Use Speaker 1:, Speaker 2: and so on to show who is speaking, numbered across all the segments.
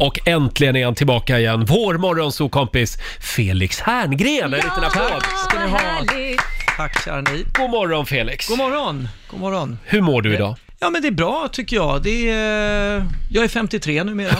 Speaker 1: Och äntligen är han tillbaka igen. Vår morgonsokompis Felix Herngren. En liten applåd.
Speaker 2: ska ni ha.
Speaker 3: Härligt.
Speaker 2: Tack kära ni.
Speaker 1: God morgon Felix.
Speaker 2: God morgon. God morgon.
Speaker 1: Hur mår du idag?
Speaker 2: Ja men det är bra tycker jag. Det är, eh, jag är 53 numera.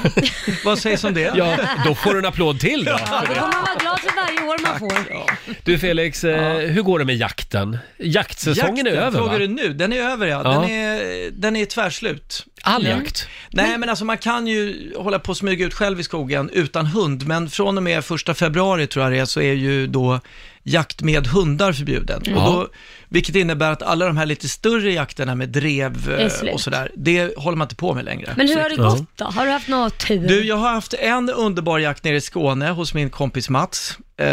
Speaker 2: Vad sägs om det?
Speaker 1: Ja, då får du en applåd till då.
Speaker 3: Ja, då får man vara glad för varje år man får.
Speaker 2: Ja.
Speaker 1: Du Felix, eh, hur går det med jakten? Jaktsäsongen
Speaker 2: Jakten,
Speaker 1: är över
Speaker 2: frågar du
Speaker 1: va?
Speaker 2: nu? Den är över ja.
Speaker 1: Ja.
Speaker 2: Den, är, den är tvärslut.
Speaker 1: All jakt?
Speaker 2: Nej men alltså man kan ju hålla på och smyga ut själv i skogen utan hund, men från och med första februari tror jag det är, så är ju då jakt med hundar förbjuden. Och då, vilket innebär att alla de här lite större jakterna med drev eh,
Speaker 3: Är slut.
Speaker 2: och sådär, det håller man inte på med längre.
Speaker 3: Men hur
Speaker 2: Så-
Speaker 3: har det gått då? Har du haft någon tur?
Speaker 2: Du, jag har haft en underbar jakt nere i Skåne hos min kompis Mats. Eh,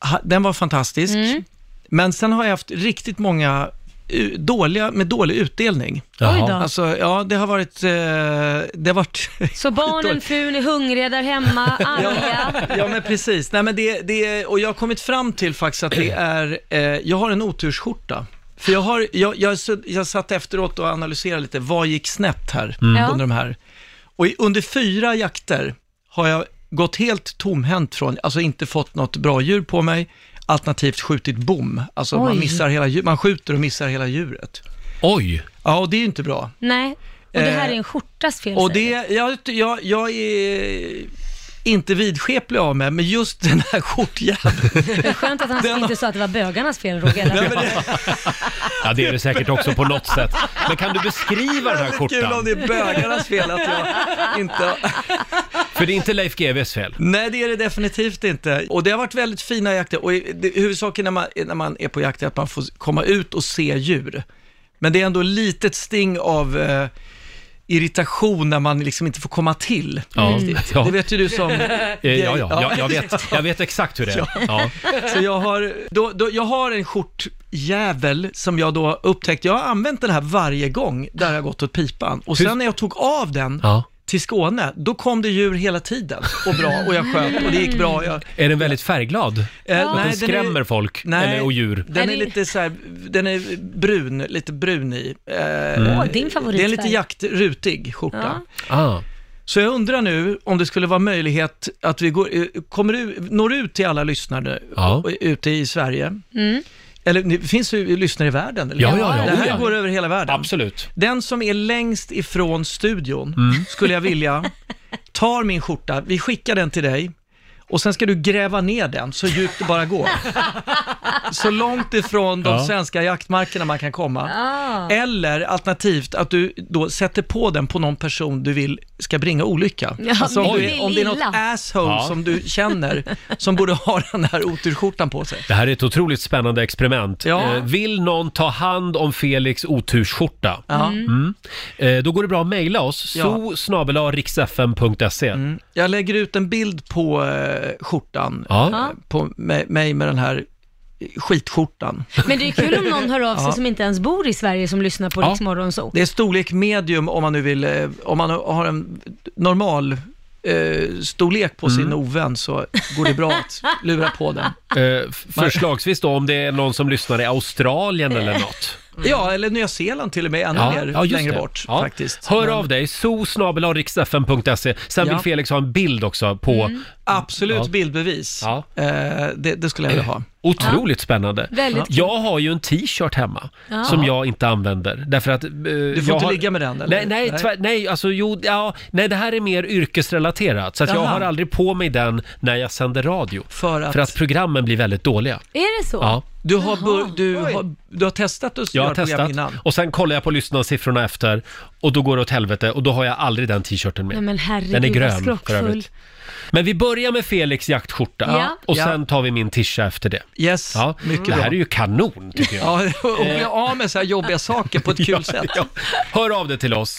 Speaker 2: ha- den var fantastisk. Men sen har jag haft riktigt många u- dåliga, med dålig utdelning.
Speaker 3: Oj då.
Speaker 2: Alltså, ja, det har varit... Eh, det har varit
Speaker 3: Så barnen,
Speaker 2: dåligt.
Speaker 3: frun är hungriga där hemma, arga.
Speaker 2: Ja, men precis. Nej, men det, det, och jag har kommit fram till faktiskt att det är, eh, jag har en otursskjorta. För jag, har, jag, jag, sudd- jag satt efteråt och analyserade lite, vad gick snett här
Speaker 3: Mm. Ja.
Speaker 2: under de här? Och i, under fyra jakter har jag gått helt tomhänt från, alltså inte fått något bra djur på mig, alternativt skjutit bom. Alltså
Speaker 3: Oj.
Speaker 2: man, missar hela, djur- man skjuter och missar hela djuret.
Speaker 1: Oj!
Speaker 2: Ja, och det är ju inte bra.
Speaker 3: Nej, och det här är
Speaker 2: Eh,
Speaker 3: en skjortas fel
Speaker 2: Och
Speaker 3: säger
Speaker 2: det, jag, jag, jag är inte vidskeplig av mig, men just den här skjortjäveln.
Speaker 3: du. Skönt att han
Speaker 2: den-
Speaker 3: inte sa att det var bögarnas fel, Roger.
Speaker 2: Nej,
Speaker 3: Eller?
Speaker 2: men det-
Speaker 1: Ja, det är det säkert också på något sätt. Men kan du beskriva den här
Speaker 2: Kul om
Speaker 1: skjortan?
Speaker 2: det är bögarnas fel att jag inte...
Speaker 1: För det är inte Leif GWs fel.
Speaker 2: Nej, det är det definitivt inte. Och det har varit väldigt fina jakter. Och i- det, huvudsaken när man, när man är på jakt är att man får komma ut och se djur. Men det är ändå litet sting av eh, irritation när man liksom inte får komma till.
Speaker 1: Ja, ja,
Speaker 2: Det vet ju du som...
Speaker 1: eh, ja, ja, ja Mm. jag, vet, jag vet exakt hur det är. Ja.
Speaker 2: Så jag har, då, då, jag har en skjortjävel som jag då upptäckte, jag har använt den här varje gång där jag har gått åt pipan. Och sen när jag tog av den
Speaker 1: Ja.
Speaker 2: till Skåne, då kom det djur hela tiden och bra och jag sköt och det gick bra. Jag,
Speaker 1: Är den väldigt färgglad?
Speaker 2: eh,
Speaker 3: Att
Speaker 1: Att den
Speaker 2: är-
Speaker 1: skrämmer folk?
Speaker 2: nej.
Speaker 1: Eller och djur?
Speaker 2: Den
Speaker 3: Är
Speaker 2: är
Speaker 3: det-
Speaker 2: lite så här, den är brun, lite brun i. Eh,
Speaker 1: Mm.
Speaker 3: Åh, din
Speaker 2: Det är
Speaker 3: favoritfärg.
Speaker 2: en lite jaktrutig skjorta.
Speaker 3: Ja.
Speaker 1: Ah.
Speaker 2: Så jag undrar nu om det skulle vara möjlighet att vi går, eh, kommer ut, når ut till alla lyssnare
Speaker 1: Ja.
Speaker 2: och- ute i Sverige.
Speaker 3: Mm.
Speaker 2: Eller det finns ju lyssnare i världen. Eller?
Speaker 1: Ja, ja, ja,
Speaker 2: Det här
Speaker 1: ja.
Speaker 2: går över hela världen.
Speaker 1: Absolut.
Speaker 2: Den som är längst ifrån studion
Speaker 1: Mm.
Speaker 2: skulle jag vilja tar min skjorta, vi skickar den till dig och sen ska du gräva ner den så djupt det bara går. Så långt ifrån de
Speaker 1: Ja.
Speaker 2: svenska jaktmarkerna man kan komma.
Speaker 3: Ah.
Speaker 2: Eller alternativt att du då sätter på den på någon person du vill ska bringa olycka.
Speaker 3: Ja,
Speaker 2: alltså om,
Speaker 3: men
Speaker 2: du
Speaker 3: det
Speaker 2: är,
Speaker 3: är
Speaker 2: om det är något
Speaker 3: illa.
Speaker 2: asshole
Speaker 1: Ja.
Speaker 2: som du känner som borde ha den här oturskjortan på sig.
Speaker 1: Det här är ett otroligt spännande experiment.
Speaker 2: Ja.
Speaker 1: Eh, vill någon ta hand om Felix otursskjorta?
Speaker 2: Ja.
Speaker 3: Mm.
Speaker 1: Eh, då går det bra att mejla oss.
Speaker 2: Ja. Mm.
Speaker 1: Ja. snabelariksfm.se
Speaker 2: Jag lägger ut en bild på eh, skjortan,
Speaker 1: Ja.
Speaker 3: Ja.
Speaker 2: på mig, mig med den här skitskjortan.
Speaker 3: Men det är kul om någon hör av sig
Speaker 2: Ja.
Speaker 3: som inte ens bor i Sverige som lyssnar på
Speaker 1: Ja.
Speaker 3: Rix Morgonzoo.
Speaker 2: Det är storlek medium om man nu vill, eh, om man har en normal eh, storlek på sin
Speaker 1: Mm.
Speaker 2: ovän så går det bra att lura på den.
Speaker 1: Eh, f- förslagsvis då om det är någon som lyssnar i Australien eller något.
Speaker 2: Ja, eller Nya Zeeland till och med, ännu mer
Speaker 1: just
Speaker 2: längre
Speaker 1: det.
Speaker 2: bort
Speaker 1: Mm. Ja.
Speaker 2: faktiskt.
Speaker 1: Hör
Speaker 2: Men-
Speaker 1: av dig, so.riksfm.se. Sen
Speaker 2: Ja.
Speaker 1: vill Felix ha en bild också på
Speaker 2: Absolut
Speaker 1: Ja.
Speaker 2: bildbevis.
Speaker 1: Ja.
Speaker 2: Eh, det, det skulle jag vilja ha.
Speaker 1: Otroligt spännande.
Speaker 3: Väldigt kul.
Speaker 1: Jag har ju en t-shirt hemma
Speaker 3: Ja.
Speaker 1: som jag inte använder. Därför att, du
Speaker 2: får inte ligga med den, eller?
Speaker 1: Nej, nej,
Speaker 2: Nej.
Speaker 1: tvär, nej, alltså, jo, ja, nej, det här är mer yrkesrelaterat. Så att jag
Speaker 2: Jaha.
Speaker 1: har aldrig på mig den när jag sänder radio.
Speaker 2: För att,
Speaker 1: För att programmen blir väldigt dåliga.
Speaker 3: Är det så?
Speaker 1: Ja,
Speaker 2: du, har bör, du,
Speaker 3: Oj.
Speaker 2: har, du har testat att
Speaker 1: jag
Speaker 2: göra
Speaker 1: har
Speaker 2: program
Speaker 1: testat
Speaker 2: innan.
Speaker 1: och sen kollar jag på lyssnarsiffrorna efter och då går det åt helvete och då har jag aldrig den t-shirten med.
Speaker 3: Nej men herregud,
Speaker 1: den är
Speaker 3: vad
Speaker 1: grön för
Speaker 3: skrockfull.
Speaker 1: övrigt. Men vi börjar med Felix jaktskjorta
Speaker 3: Ja.
Speaker 1: och
Speaker 2: Ja.
Speaker 1: sen tar vi min tisha efter det.
Speaker 2: Yes,
Speaker 1: Ja,
Speaker 2: mycket
Speaker 1: det här
Speaker 2: bra.
Speaker 1: är ju Eh. kanon tycker jag.
Speaker 2: Ja, och bli av med så här jobbiga saker på ett kul sätt.
Speaker 1: Ja. Hör av dig till oss.